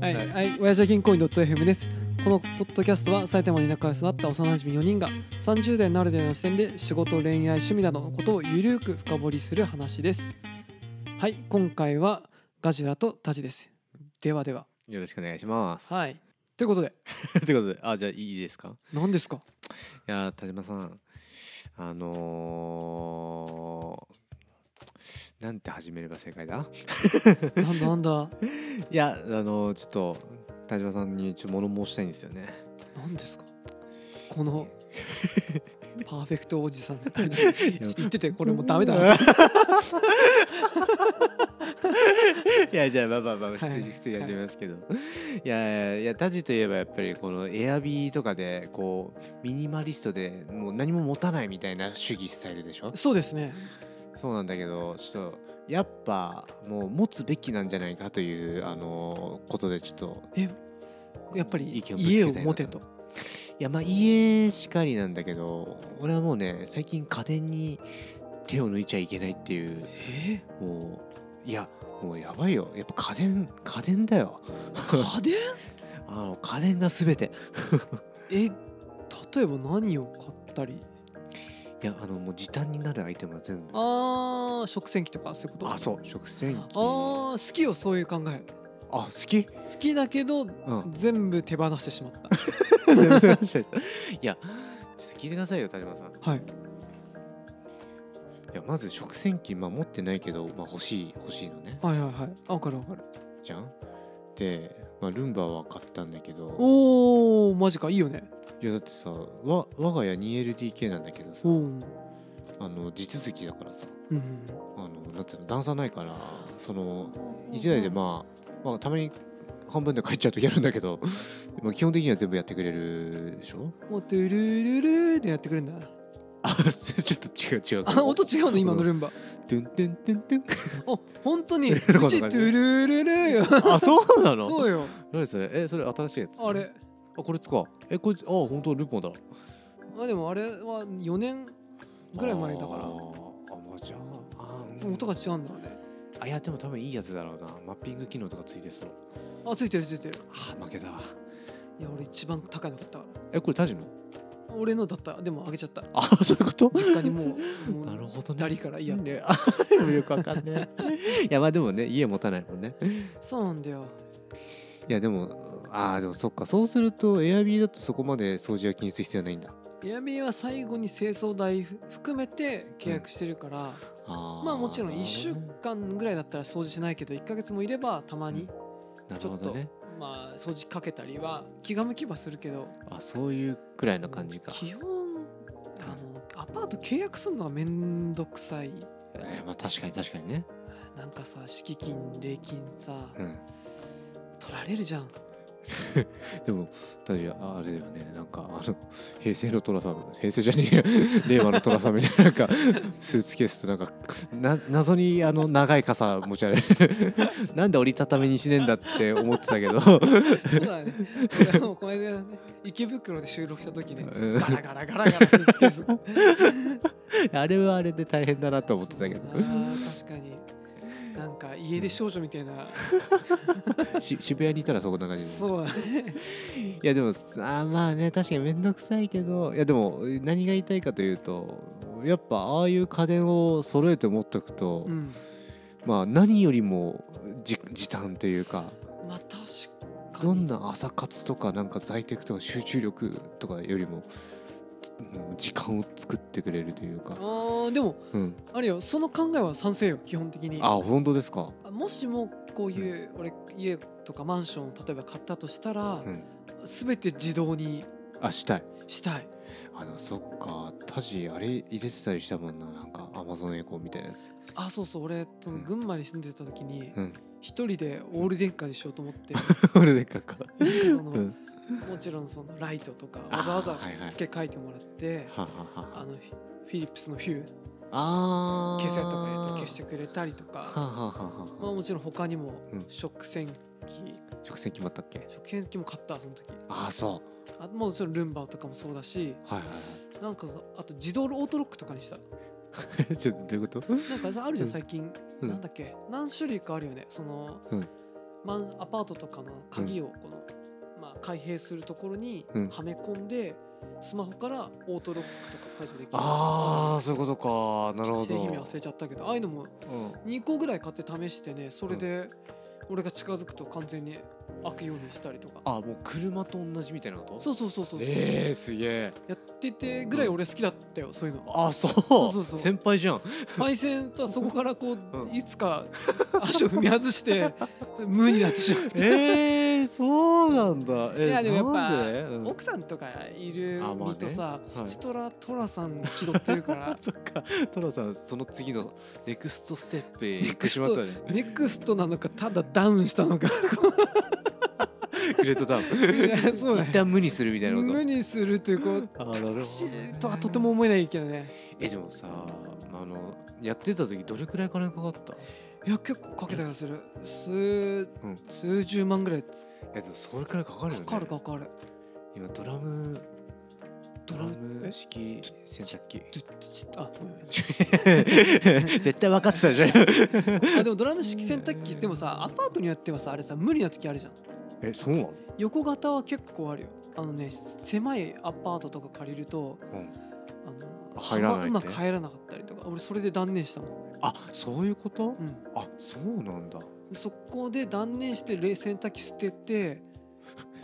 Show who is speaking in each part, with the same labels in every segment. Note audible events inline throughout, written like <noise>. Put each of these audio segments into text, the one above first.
Speaker 1: はい、はい、親父は銀行員 .fm です。このポッドキャストは埼玉に仲良く育った幼馴染4人が30代ならではの視点で仕事、恋愛、趣味などのことをゆるく深掘りする話です。はい、今回はガジラとタジです。ではでは。
Speaker 2: よろしくお願いします。
Speaker 1: はい。ということで、
Speaker 2: ということで、あ、じゃあいいですか。
Speaker 1: 何ですか
Speaker 2: いやー、田島さん、あのーなんて始めれば正解だ。
Speaker 1: なんだなんだ
Speaker 2: いや、あのーちょっと田島さんにちょっと物申したいんですよね。
Speaker 1: 何ですかこのパーフェクトおじさん。言ってて、これもうダメだな。
Speaker 2: <laughs> いや、じゃあ、まあまあまあ、普通
Speaker 1: は
Speaker 2: に
Speaker 1: い
Speaker 2: 普通に始めますけど。いやいやいや、タジといえば、やっぱりこのエアビーとかで、こうミニマリストで、もう何も持たないみたいな主義スタイルでしょ。
Speaker 1: そうですね。
Speaker 2: そうなんだけどちょっとやっぱもう持つべきなんじゃないかというあのことでちょっと
Speaker 1: えやっぱり
Speaker 2: 意見をぶつけた
Speaker 1: 家
Speaker 2: い
Speaker 1: を
Speaker 2: な
Speaker 1: 持てと。
Speaker 2: いやまあ家しかりなんだけど俺はもうね最近家電に手を抜いちゃいけないっていう
Speaker 1: え
Speaker 2: もういやもうやばいよやっぱ家電家電だよ
Speaker 1: ー、家電
Speaker 2: <laughs> あの家電が全て
Speaker 1: え例えば何を買ったり
Speaker 2: いやあのもう時短になるアイテムは全部あ
Speaker 1: あー食洗機とかそういうこと
Speaker 2: そう食洗機
Speaker 1: あー好きよそういう考え
Speaker 2: あ好き
Speaker 1: 好きだけど
Speaker 2: うん
Speaker 1: 全部手放してしまった
Speaker 2: <laughs> 全部全部しちゃったいやちょっと聞いてくださいよ田島さん
Speaker 1: はい
Speaker 2: いやまず食洗機、まあ、持ってないけど、まあ、欲しい欲しいのね
Speaker 1: はいはいはいあ分かる分かる
Speaker 2: じゃんで、まあ、ルンバは買ったんだけど
Speaker 1: おーマジかいいよね
Speaker 2: いやだってさわ我が家 2LDK なんだけど
Speaker 1: お
Speaker 2: さ
Speaker 1: ーうん
Speaker 2: あの地続きだからさ
Speaker 1: うん
Speaker 2: あのなんつうの段差ないからその1台でまあ、まあ、たまに半分で帰っちゃう時あるんだけど <laughs> まあ基本的には全部やってくれるでしょ <laughs>
Speaker 1: もうトゥルルルーでやってくれるんだな
Speaker 2: あちょっと違う違う
Speaker 1: あ音違うの今の
Speaker 2: ル
Speaker 1: ルンバ
Speaker 2: トゥントゥントゥントゥン
Speaker 1: あ本当
Speaker 2: <laughs>
Speaker 1: にうちト
Speaker 2: こんな感じ
Speaker 1: ゥルルルーよ
Speaker 2: <laughs> あそうなの
Speaker 1: そうよ
Speaker 2: 何それえそれ新しいやつ
Speaker 1: あれ
Speaker 2: あこれ使うえこれあ本当ルポンだ
Speaker 1: あでもあれは4年ぐらい前だから
Speaker 2: あー
Speaker 1: も
Speaker 2: あもうじゃああー
Speaker 1: う音が違うんだろうね
Speaker 2: あいやでも多分いいやつだろうなマッピング機能とかついてそう
Speaker 1: あついてるついてる
Speaker 2: あー負けた
Speaker 1: いや俺一番高いの買ったか
Speaker 2: えこれタジの
Speaker 1: ら俺のだったでもあげちゃった
Speaker 2: あーそういうこと
Speaker 1: 実家にも
Speaker 2: <laughs>
Speaker 1: うもう
Speaker 2: なるほどね
Speaker 1: ダリからいいや
Speaker 2: ね <laughs> あーでもよくわかんねえいやまあでもね家持たないもんね
Speaker 1: そうなんだよ
Speaker 2: いやでもあーでもそっかそうするとエアビーだとそこまで掃除は気にする必要ないんだ
Speaker 1: エアビーは最後に清掃代含めて契約してるから、
Speaker 2: あー
Speaker 1: まあもちろん
Speaker 2: な
Speaker 1: 1
Speaker 2: るほ
Speaker 1: 週間ぐらいだったら掃除しないけど1ヶ月もいればたまにちょっ
Speaker 2: どねなるほど
Speaker 1: と、
Speaker 2: ね
Speaker 1: まあ掃除かけたりは気が向けばするけど
Speaker 2: あそういうくらいの感じか、
Speaker 1: 基本あのアパート契約するのはめんどくさい
Speaker 2: えーまあ確かに確かにね
Speaker 1: なんかさ敷金礼金さ
Speaker 2: うん
Speaker 1: 取られるじ
Speaker 2: <laughs>
Speaker 1: ゃん
Speaker 2: でも確かああれだよねなんかあの平成の寅さん平成じゃねえよ <laughs> 令和の寅さんみたいななんかスーツケースとなんかな謎にあの長い傘持ち歩いて <laughs> なんで折りたたみにしねえんだって思ってたけど <laughs>
Speaker 1: そうだね。 <laughs> 俺もこの間ね、池袋で収録した時ね、
Speaker 2: うん
Speaker 1: ガラガラガラガラスーツケース。
Speaker 2: あれはあれで大変だなと思ってたけ
Speaker 1: そうだな確かに。なんか家で少女みたいな。
Speaker 2: どし渋谷にいたらそこな感じで
Speaker 1: そうだね。
Speaker 2: いやでもあーまあね確かに面倒くさいけどいやでも何が言いたいかというとやっぱああいう家電を揃えて持っとくと、
Speaker 1: うん。
Speaker 2: まあ何よりもじ時短というか
Speaker 1: まあ確かに。
Speaker 2: どんな朝活とかなんか在宅とか集中力とかよりもつうん時間を作ってくれるというか
Speaker 1: あ、ーでも
Speaker 2: うん、
Speaker 1: あれよその考えは賛成よ基本的に
Speaker 2: あ本当ですか、
Speaker 1: もしもこういう、俺家とかマンションを例えば買ったとしたら、
Speaker 2: うん、
Speaker 1: 全て自動に
Speaker 2: あしたい
Speaker 1: したい
Speaker 2: あのそっかタジあれ入れてたりしたもんななんかアマゾンエコーみたいなやつ
Speaker 1: あそうそう俺その
Speaker 2: うん
Speaker 1: 群馬に住んでた時に
Speaker 2: うん <laughs>
Speaker 1: 一人でオール電化にしようと思って、
Speaker 2: 俺でかか
Speaker 1: なんかその、
Speaker 2: うん
Speaker 1: もちろんそのライトとか
Speaker 2: あー
Speaker 1: わざわざ
Speaker 2: はいはい
Speaker 1: 付け替えてもらって
Speaker 2: はは
Speaker 1: あ
Speaker 2: は
Speaker 1: のフィフィリップスのヒュー
Speaker 2: あー
Speaker 1: 消せとか言うと消してくれたりと
Speaker 2: は
Speaker 1: か
Speaker 2: はは
Speaker 1: まあ
Speaker 2: は
Speaker 1: もちろん他にも
Speaker 2: うん
Speaker 1: 食洗機
Speaker 2: 直線決まったっけ
Speaker 1: 食洗機も買ったその時
Speaker 2: ああそ
Speaker 1: あもちろんルンバとかもそうだし
Speaker 2: うはいは
Speaker 1: なんかそあと自動オートロックとかにした
Speaker 2: い
Speaker 1: <laughs>
Speaker 2: はいちょっとどういうこと
Speaker 1: なんかさあるじゃん
Speaker 2: うん
Speaker 1: 最近、
Speaker 2: うん
Speaker 1: なんだっけ何種類かあるよねその、
Speaker 2: うん
Speaker 1: マンアパートとかの鍵をこの、まあ、開閉するところに
Speaker 2: うん
Speaker 1: はめ込んで、スマホからオートロックとか解除できる
Speaker 2: ああそういうことかなるほ
Speaker 1: ちょっと愛媛
Speaker 2: ど
Speaker 1: 忘れちゃったけどああいうのも2個ぐらい買って試してねそれで俺が近づくと完全に開くようにしたりとか
Speaker 2: あもう車と同じみたいなこと
Speaker 1: そうそうそうそう、
Speaker 2: ええー、すげえ
Speaker 1: やっててぐらい俺好きだったよそういうの
Speaker 2: あそう
Speaker 1: うそうそう
Speaker 2: 先輩じゃん
Speaker 1: 配線とはそこからこう、
Speaker 2: <laughs> うん
Speaker 1: いつか <laughs> 足を踏み外して無になってしまう
Speaker 2: ええー、そうなんだえ
Speaker 1: いやでもやっ
Speaker 2: な
Speaker 1: ぱ
Speaker 2: んでうん
Speaker 1: 奥さんとかいる
Speaker 2: あまあね
Speaker 1: 身とさ、
Speaker 2: い
Speaker 1: こっちとらトラさん気取ってるか
Speaker 2: あ
Speaker 1: ら
Speaker 2: <laughs> <laughs> そっかトラさんその次のネクストステップへ
Speaker 1: ネ
Speaker 2: 行って
Speaker 1: クス
Speaker 2: し
Speaker 1: ト
Speaker 2: まったね
Speaker 1: ネクストなのかただダウンしたのか
Speaker 2: グレートダウン
Speaker 1: いやそうだ
Speaker 2: 一
Speaker 1: ね
Speaker 2: 旦無にするみたいなこと
Speaker 1: 無にするというこう
Speaker 2: あーなるほどね
Speaker 1: しとはとても思えないけどね
Speaker 2: えでもさあのやってた時どれくらい金かかった
Speaker 1: いや結構かけた気がする数
Speaker 2: うん
Speaker 1: 数十万ぐらいつ
Speaker 2: えでもそれくらいかかる
Speaker 1: か
Speaker 2: よね
Speaker 1: かるかかる
Speaker 2: 今ドラム
Speaker 1: ドラムえ
Speaker 2: 式洗濯機
Speaker 1: ずずあごめんごめん
Speaker 2: <laughs> 絶対分かってたじゃん
Speaker 1: あでもドラム式洗濯機でもさアパートによってはさあれさ無理な時あるじゃん
Speaker 2: <laughs> えそうなの
Speaker 1: 横型は結構あるよあのね狭いアパートとか借りるとあの
Speaker 2: 入らないって
Speaker 1: うまく入らなかったりとか俺それで断念したもん、
Speaker 2: あそういうこ
Speaker 1: う
Speaker 2: と
Speaker 1: ん、
Speaker 2: あそうなんだ
Speaker 1: でそこで断念して冷洗濯機捨てて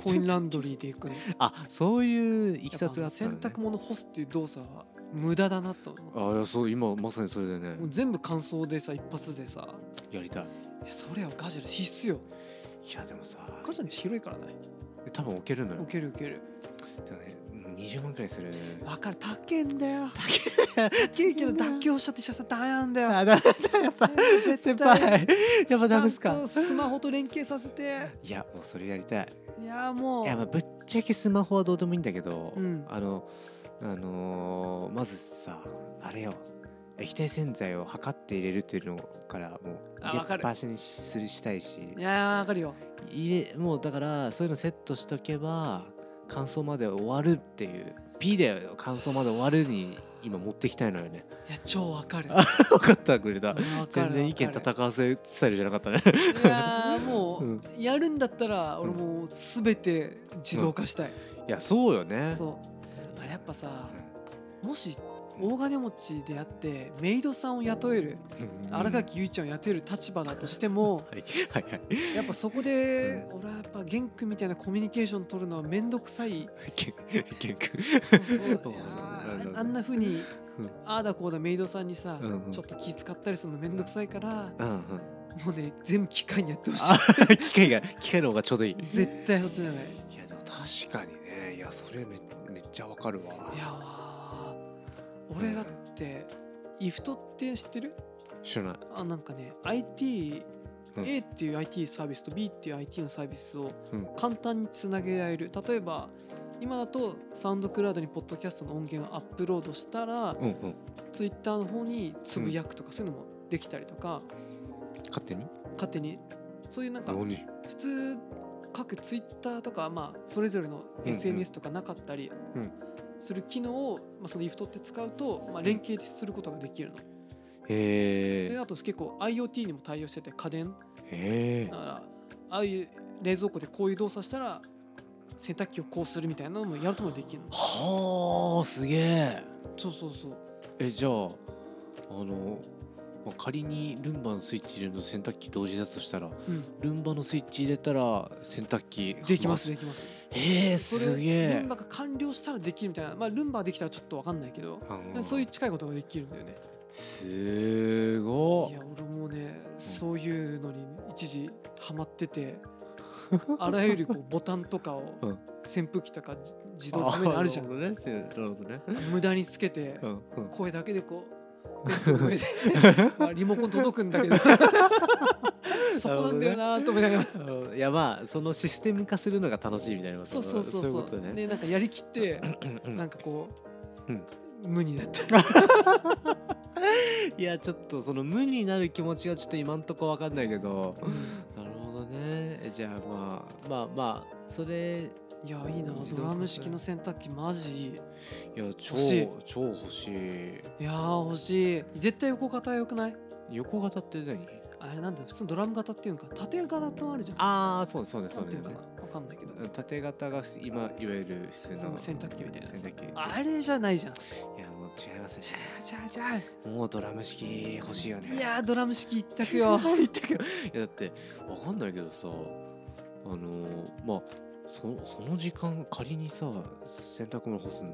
Speaker 1: コインランドリーで行くの
Speaker 2: あそういう <laughs> い
Speaker 1: い洗濯物干すっていう動作は無駄だなと思う
Speaker 2: あいやそう今まさにそれでね
Speaker 1: もう全部乾燥でさ一発でさ
Speaker 2: やりたい
Speaker 1: いやそれはガジェル必須よ
Speaker 2: いやでもさ
Speaker 1: ガジェル広いからね
Speaker 2: 多分置けるのよ
Speaker 1: 受ける受ける
Speaker 2: でもねうん20万くらいする
Speaker 1: わかる高えんだよ高えけど妥協しちゃってしちゃったら大変だよ
Speaker 2: だやっぱ
Speaker 1: 絶対
Speaker 2: <laughs> やっぱダメっす
Speaker 1: ちゃんと
Speaker 2: か
Speaker 1: スマホと連携させて
Speaker 2: いやもうそれやりたい
Speaker 1: いやもう
Speaker 2: いやまあぶっちゃけスマホはどうでもいいんだけど、
Speaker 1: うん
Speaker 2: あのあのーまずさあれよ液体洗剤を測って入れるっていうのからもう
Speaker 1: あ
Speaker 2: 入れ
Speaker 1: わか
Speaker 2: っ
Speaker 1: る
Speaker 2: ぱなしにするしたいし
Speaker 1: いやーわかるよ
Speaker 2: 入れもうだからそういうのセットしとけば乾燥まで終わるっていう P で乾燥まで終わるに今持ってきたいのよね
Speaker 1: いや超わかる
Speaker 2: 分かったくれた
Speaker 1: わかる
Speaker 2: 全然意見
Speaker 1: わかる
Speaker 2: 戦わせるスタイルじゃなかったね
Speaker 1: いやーも
Speaker 2: うん
Speaker 1: うやるんだったら俺もう全て自動化したい、
Speaker 2: いやそうよね
Speaker 1: そうあれやっぱさもし大金持ちであってメイドさんを雇える
Speaker 2: うん
Speaker 1: 新垣結衣ちゃんを雇える立場だとしても <laughs>
Speaker 2: はいはいはい
Speaker 1: やっぱそこで俺はやっぱ玄君みたいなコミュニケーション取るのは面倒くさい
Speaker 2: けけんく
Speaker 1: そういやーあんなふうに
Speaker 2: うん
Speaker 1: ああだこうだメイドさんにさ
Speaker 2: うんうん
Speaker 1: ちょっと気使ったりするの面倒くさいから
Speaker 2: うんうん
Speaker 1: もうね全部機械にやってほしい
Speaker 2: あ機械が機械の方がちょうどいいい
Speaker 1: 絶対そっちじゃない
Speaker 2: やでも確かにねいやそれめめっちゃわかるわ
Speaker 1: いやわー俺だってイフトって知ってる
Speaker 2: 知らない
Speaker 1: あなんかね IT
Speaker 2: うん
Speaker 1: A っていう IT サービスと B っていう IT のサービスを
Speaker 2: うん
Speaker 1: 簡単につなげられる例えば今だとサウンドクラウドにポッドキャストの音源をアップロードしたら
Speaker 2: うんうん
Speaker 1: ツイッターの方につぶやくとかそういうのもできたりとか
Speaker 2: 勝手に
Speaker 1: 勝手にそういうなんか
Speaker 2: 何
Speaker 1: 普通各ツイッターとか、まあ、それぞれの
Speaker 2: うん
Speaker 1: SNS とかなかったり
Speaker 2: うん
Speaker 1: する機能を、まあ、その IFT って使うと、まあ、連携することができるの。
Speaker 2: へ
Speaker 1: で
Speaker 2: ー
Speaker 1: あと結構 IoT にも対応してて家電
Speaker 2: へ
Speaker 1: だからああいう冷蔵庫でこういう動作したら洗濯機をこうするみたいなのもやるともできるの。
Speaker 2: はあすげえ
Speaker 1: そうそうそう
Speaker 2: えじゃああの、まあ、仮にルンバのスイッチ入れるのと洗濯機同時だとしたら
Speaker 1: うん、
Speaker 2: ルンバのスイッチ入れたら洗濯機
Speaker 1: できますできます。
Speaker 2: えー、
Speaker 1: それ
Speaker 2: すげ
Speaker 1: ル
Speaker 2: え
Speaker 1: ンバが完了したらできるみたいな、まあ、ルンバはできたらちょっとわかんないけど、
Speaker 2: うん
Speaker 1: そういう近いことができるんだよね。
Speaker 2: すご
Speaker 1: い
Speaker 2: い
Speaker 1: や俺もねそういうのに一時ハマって
Speaker 2: <laughs>
Speaker 1: てあらゆるこうボタンとかを
Speaker 2: うん
Speaker 1: 扇風機とかじ自動止めにあるじゃん
Speaker 2: なるほどねなるほどね
Speaker 1: 無駄につけて
Speaker 2: うんうん
Speaker 1: 声だけでこうベッド
Speaker 2: <laughs>
Speaker 1: の上でまあリモコン届くんだけどそこなんだよなと思いながら。
Speaker 2: いやまあそのシステム化するのが楽しいみたいな
Speaker 1: そうそうそう
Speaker 2: い
Speaker 1: そ
Speaker 2: こと
Speaker 1: う
Speaker 2: ね
Speaker 1: ねなんかやりきって
Speaker 2: うんうん
Speaker 1: なんかこう、
Speaker 2: うん
Speaker 1: 無になった
Speaker 2: いやちょっとその無になる気持ちがちょっと今んとこわかんないけどなるほどねえじゃあまあまあまあそれい
Speaker 1: いやいいな
Speaker 2: 自
Speaker 1: ド
Speaker 2: 動化
Speaker 1: ラム式の洗濯機マジいい
Speaker 2: や超
Speaker 1: 欲しい
Speaker 2: 超欲しい
Speaker 1: いやー欲しい絶対横型は良くない
Speaker 2: 横型って何
Speaker 1: あれなんだよ普通のドラム型っていうのか縦型とあるじゃん
Speaker 2: ああそうですそうです
Speaker 1: な
Speaker 2: そ
Speaker 1: ん
Speaker 2: う
Speaker 1: てい
Speaker 2: で
Speaker 1: う
Speaker 2: す
Speaker 1: のかなわかんないけど
Speaker 2: 縦型が今いわゆる普通
Speaker 1: その
Speaker 2: の
Speaker 1: 洗濯機みたいなやつ
Speaker 2: 洗濯機
Speaker 1: あれじゃないじゃん
Speaker 2: いやもう違いますね
Speaker 1: じゃあじゃあ
Speaker 2: もうドラム式欲しいよね
Speaker 1: いやードラム式一択よ
Speaker 2: 言ったけ <laughs> どいやだってわかんないけどさあのーまあそその時間仮にさ洗濯物干すの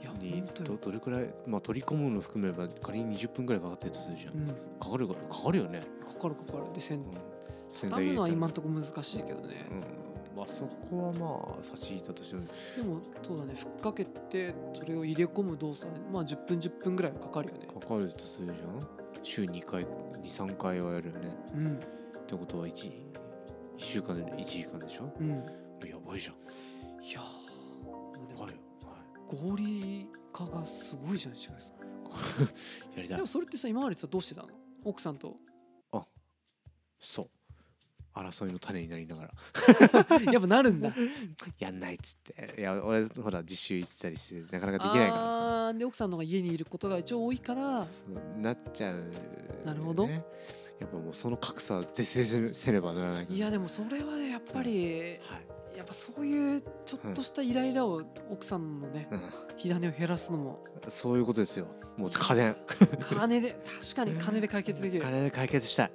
Speaker 1: いや
Speaker 2: に
Speaker 1: 本当
Speaker 2: ど
Speaker 1: よ
Speaker 2: どれくらい、まあ、取り込むの含めば仮に20分くらいかかってるとするじゃん、
Speaker 1: うんか
Speaker 2: かかるかかかるよね、
Speaker 1: かるかかるで洗
Speaker 2: うん、
Speaker 1: 洗
Speaker 2: 洗
Speaker 1: 濯
Speaker 2: 入れ
Speaker 1: のは
Speaker 2: た
Speaker 1: 今ん
Speaker 2: ら
Speaker 1: とこ難しいけどね
Speaker 2: うんまあそこはまあ差し引いたとしても
Speaker 1: でもそうだねふっかけてそれを入れ込む動作ねまあ10分10分ぐらいはかかるよね
Speaker 2: かかるとするじゃん週2回23回はやるよね
Speaker 1: うん
Speaker 2: ってことは 1, 1週間で1時間でしょ
Speaker 1: うん
Speaker 2: やばいじゃん
Speaker 1: いやーでも
Speaker 2: はい、はい
Speaker 1: 合理化がすごいじゃん石垣さん
Speaker 2: やり
Speaker 1: で
Speaker 2: たい
Speaker 1: もそれってさ今までさどうしてたの奥さん
Speaker 2: <laughs>
Speaker 1: と
Speaker 2: そう争いの種になりながら
Speaker 1: やっぱなるんだ
Speaker 2: <laughs> やんないっつっていや俺ほら実習行ってたりしてなかなかできないから
Speaker 1: あーで奥さんの方が家にいることが一応多いから
Speaker 2: さそうなっちゃう、
Speaker 1: なるほど
Speaker 2: ねやっぱもうその格差は是正せせねばならないから
Speaker 1: いやでもそれはねやっぱり
Speaker 2: はい
Speaker 1: やっぱそういうちょっとしたイライラを奥さんのね
Speaker 2: う
Speaker 1: 火種を減らすのも
Speaker 2: ん、そういうことですよもう家電
Speaker 1: 金で確かに金で解決できる
Speaker 2: 金で解決したい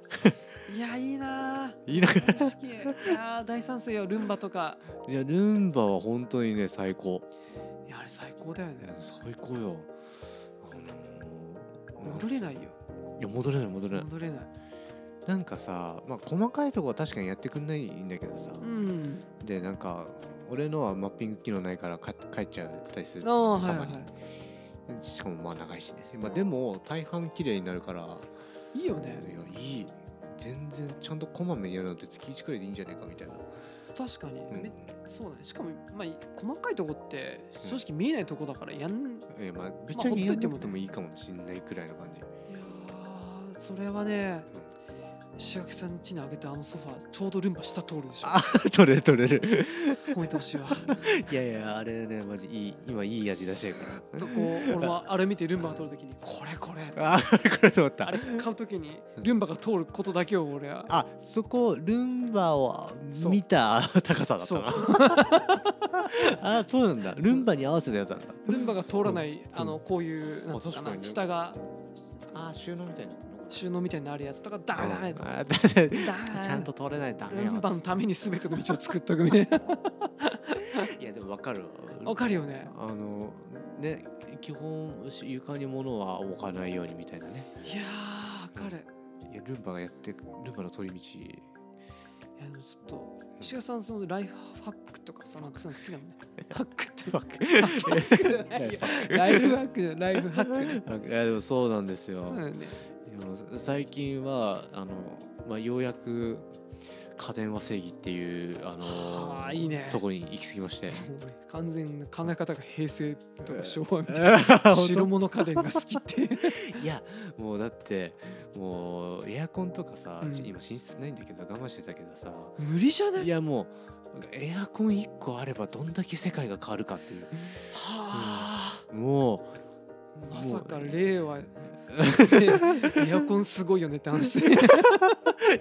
Speaker 1: いやいいなあ
Speaker 2: いい
Speaker 1: <laughs>
Speaker 2: のか
Speaker 1: 意識いやあ大賛成よルンバとか
Speaker 2: いやルンバは本当にね最高
Speaker 1: いやあれ最高だよ
Speaker 2: いや
Speaker 1: ね
Speaker 2: 最高よあのー
Speaker 1: 戻れないよ
Speaker 2: いや戻れない戻れない
Speaker 1: 戻れない
Speaker 2: なんかさまあ細かいとこは確かにやってくんないんだけどさ、
Speaker 1: うん
Speaker 2: でなんか俺のはマッピング機能ないからか帰っちゃったりする
Speaker 1: ああはい
Speaker 2: た
Speaker 1: は
Speaker 2: ま
Speaker 1: い
Speaker 2: に、
Speaker 1: は
Speaker 2: しかもまあ長いしね、まあ、でも大半綺麗になるから
Speaker 1: いいいよ
Speaker 2: い
Speaker 1: ね
Speaker 2: やいい全然ちゃんとこまめにやるのって月1くらいでいいんじゃないかみたいな、
Speaker 1: 確かに、
Speaker 2: うん
Speaker 1: めそうだねしかも、まあ、細かいとこって正直見えないとこだからやん、い
Speaker 2: えまあぶっちゃけやんなくて
Speaker 1: ほっといても
Speaker 2: も
Speaker 1: ね
Speaker 2: いいかもしんないくらいの感じ、
Speaker 1: やーそれはね石垣さん家にあげたあのソファーちょうどルンバ下通るでしょ
Speaker 2: あ <laughs> 取れる取れる
Speaker 1: 褒めてほしい
Speaker 2: <laughs>
Speaker 1: わ
Speaker 2: いやいやあれねマジいい今いい味出してるから
Speaker 1: とこう俺はあれ見てルンバが通るときにこれこれ
Speaker 2: <laughs> あーこれと思った
Speaker 1: あれ買うときにルンバが通ることだけを俺は
Speaker 2: あそこルンバを
Speaker 1: そう
Speaker 2: 見た高さだった
Speaker 1: そう
Speaker 2: な <laughs> あそうなんだルンバに合わせたやつなんだ
Speaker 1: ルンバが通らない、あのこういうなんつうか
Speaker 2: あ確か
Speaker 1: な
Speaker 2: にね
Speaker 1: 下が
Speaker 2: あ収納みたいな
Speaker 1: 収納みたいになるやつとかダメダメダメ
Speaker 2: あだって
Speaker 1: ダメ
Speaker 2: <laughs> ちゃんと取れないとダメ
Speaker 1: ル
Speaker 2: よ
Speaker 1: ンバのために全ての道を作っとくみた <laughs> いな
Speaker 2: いやでもわかるわ
Speaker 1: わかるよね
Speaker 2: あのね基本し床に物は置かないようにみたいなね
Speaker 1: いやーわかる
Speaker 2: いやルンバがやってくルンバの取り道
Speaker 1: いやでもちょっと石川さんそのライフハックとかさなんかそういうの好きだもんねハックって
Speaker 2: バ <laughs> ック
Speaker 1: ハックじゃないよライフハックじゃないライフハック <laughs> ね
Speaker 2: いやでもそうなんですよ、
Speaker 1: そうだよね
Speaker 2: でも最近はあの、まあ、ようやく家電は正義っていうあの
Speaker 1: はあいいね
Speaker 2: とこに行き過ぎ
Speaker 1: <laughs>
Speaker 2: まして
Speaker 1: もうね完全な考え方が平成とか昭和みたい <laughs> な白
Speaker 2: 白
Speaker 1: 物家電が好きっていう <laughs>
Speaker 2: いやもうだってもうエアコンとかさ、
Speaker 1: うん
Speaker 2: ち今寝室ないんだけど我慢してたけどさ
Speaker 1: 無理じゃない
Speaker 2: いやもうエアコン1個あればどんだけ世界が変わるかっていう
Speaker 1: は
Speaker 2: も
Speaker 1: あ、
Speaker 2: ん
Speaker 1: まさか
Speaker 2: もう
Speaker 1: 令和エアコンすごいよねって話
Speaker 2: う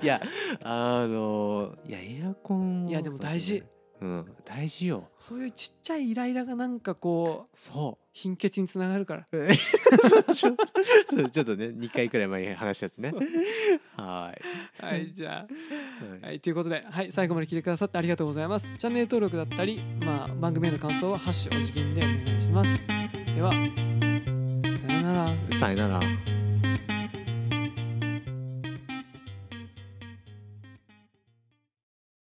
Speaker 2: いやあのいやエアコン
Speaker 1: いやでも大事
Speaker 2: うん大事よ
Speaker 1: <laughs> そういうちっちゃいイライラがなんかこう
Speaker 2: そう
Speaker 1: <laughs>
Speaker 2: <laughs>
Speaker 1: 貧血につながるから
Speaker 2: ちょちょっとね2回くらい前に話したやつね
Speaker 1: そ
Speaker 2: は
Speaker 1: はいじゃ
Speaker 2: ーい
Speaker 1: あはいということではい最後まで聞いてくださってありがとうございますチャンネル登録だったりまあ番組への感想は「ハッシュお辞儀」でお願いしますではさよなら
Speaker 2: さよなら